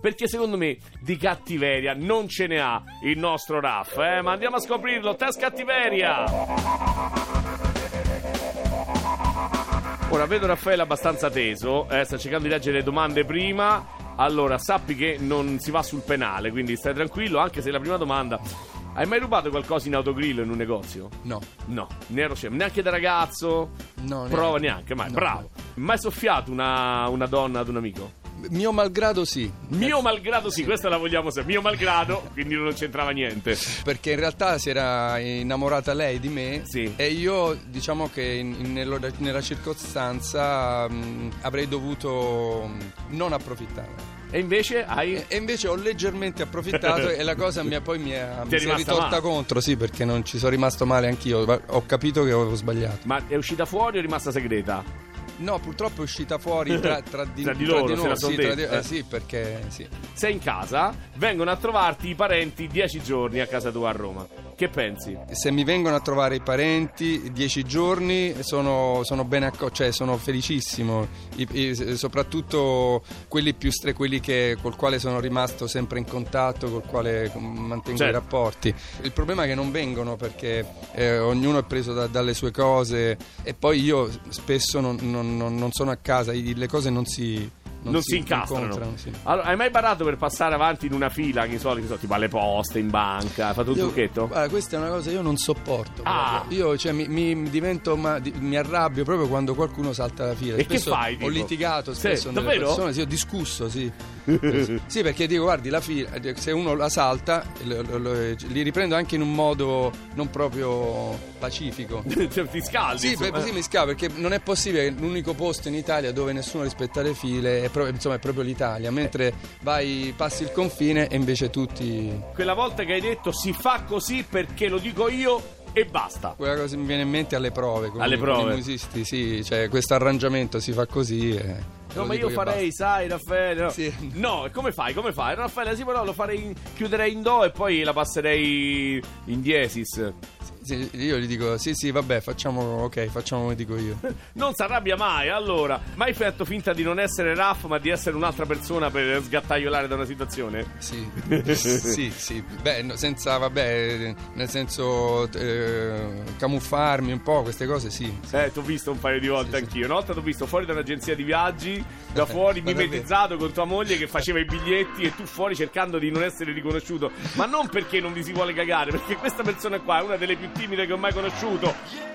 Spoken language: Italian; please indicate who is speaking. Speaker 1: Perché secondo me di cattiveria non ce ne ha il nostro Raff, eh? ma andiamo a scoprirlo. Test cattiveria! Ora vedo Raffaele abbastanza teso, eh, sta cercando di leggere le domande prima. Allora, sappi che non si va sul penale, quindi stai tranquillo, anche se la prima domanda... Hai mai rubato qualcosa in autogrill in un negozio?
Speaker 2: No,
Speaker 1: No, ne ero scemo. Neanche da ragazzo?
Speaker 2: no.
Speaker 1: Prova neanche, mai.
Speaker 2: No.
Speaker 1: Bravo. Mai soffiato una, una donna ad un amico?
Speaker 2: Mio malgrado sì,
Speaker 1: Mio malgrado, sì, questa la vogliamo sapere. Mio malgrado, quindi non c'entrava niente.
Speaker 2: perché in realtà si era innamorata lei di me
Speaker 1: Sì.
Speaker 2: e io diciamo che in- in- nello- nella circostanza mh, avrei dovuto mh, non approfittare.
Speaker 1: E invece hai.
Speaker 2: E, e invece ho leggermente approfittato e la cosa mi ha- poi mi, ha,
Speaker 1: Ti è
Speaker 2: mi si è
Speaker 1: rimasta
Speaker 2: ritorta
Speaker 1: male.
Speaker 2: contro, sì, perché non ci sono rimasto male anch'io, ma ho capito che avevo sbagliato.
Speaker 1: Ma è uscita fuori o è rimasta segreta?
Speaker 2: No, purtroppo è uscita fuori tra, di,
Speaker 1: Tra di loro, se la
Speaker 2: noi,
Speaker 1: son
Speaker 2: sì, tra di-
Speaker 1: detta, eh.
Speaker 2: eh, sì, perché sì.
Speaker 1: Sei in casa, vengono a trovarti i parenti dieci giorni a casa tua a Roma. Che pensi?
Speaker 2: Se mi vengono a trovare i parenti dieci giorni sono, sono ben acco- cioè sono felicissimo, I- i- soprattutto quelli più stre, quelli che, col quale sono rimasto sempre in contatto, col quale mm, mantengo
Speaker 1: Certo.
Speaker 2: i rapporti. Il problema è che non vengono perché eh, ognuno è preso da- dalle sue cose e poi io spesso non, non- non- non sono a casa, i- le cose non si,
Speaker 1: Non, si, incastrano.
Speaker 2: incontrano, sì.
Speaker 1: Allora, hai mai barato per passare avanti in una fila? Che so, che so, tipo alle poste, in banca? Hai fatto un
Speaker 2: Io-
Speaker 1: trucchetto?
Speaker 2: Guarda, questa è una cosa che io non sopporto.
Speaker 1: Ah.
Speaker 2: proprio. Io cioè, mi, mi divento, ma, di- mi arrabbio proprio quando qualcuno salta la fila.
Speaker 1: E che
Speaker 2: Spesso
Speaker 1: fai,
Speaker 2: Ho
Speaker 1: tipo?
Speaker 2: litigato
Speaker 1: Sì,
Speaker 2: spesso con delle
Speaker 1: davvero?
Speaker 2: persone, sì, ho discusso, sì. sì, perché dico, guardi, la fila, se uno la salta, lo- lo- lo- li riprendo anche in un modo non proprio pacifico.
Speaker 1: Cioè, Ti scaldi?
Speaker 2: Sì, per-
Speaker 1: insomma.
Speaker 2: così mi scavo perché non è possibile che l'unico posto in Italia dove nessuno rispetta le file è, pro- insomma, è proprio l'Italia, mentre vai, passi il confine e invece tutti...
Speaker 1: Quella volta che hai detto si fa così perché lo dico io e basta.
Speaker 2: Quella cosa mi viene in mente alle prove. Con
Speaker 1: Alle
Speaker 2: i-
Speaker 1: prove.
Speaker 2: Con i musisti, sì, cioè questo arrangiamento si fa così. E
Speaker 1: No, ma io farei, sai, Raffaele. No.
Speaker 2: Sì.
Speaker 1: No, e come fai? Come fai? Raffaele, sì, però lo farei in- chiuderei in do e poi la passerei in diesis.
Speaker 2: Sì, io gli dico, sì, sì, vabbè, facciamo, ok, facciamo come dico io.
Speaker 1: Non si arrabbia mai, allora. Mai fatto finta di non essere Raff, ma di essere un'altra persona per sgattaiolare da una situazione?
Speaker 2: Sì, sì, sì. Beh, no, senza, vabbè, nel senso, eh, camuffarmi un po', queste cose, sì.
Speaker 1: Eh, ti ho visto un paio di volte
Speaker 2: Sì, sì.
Speaker 1: anch'io. Una volta ti ho visto fuori da un'agenzia di viaggi, da fuori
Speaker 2: Ma davvero?
Speaker 1: mimetizzato con tua moglie che faceva i biglietti e tu fuori cercando di non essere riconosciuto. Ma non perché non vi si vuole cagare, perché questa persona qua è una delle più timide che ho mai conosciuto.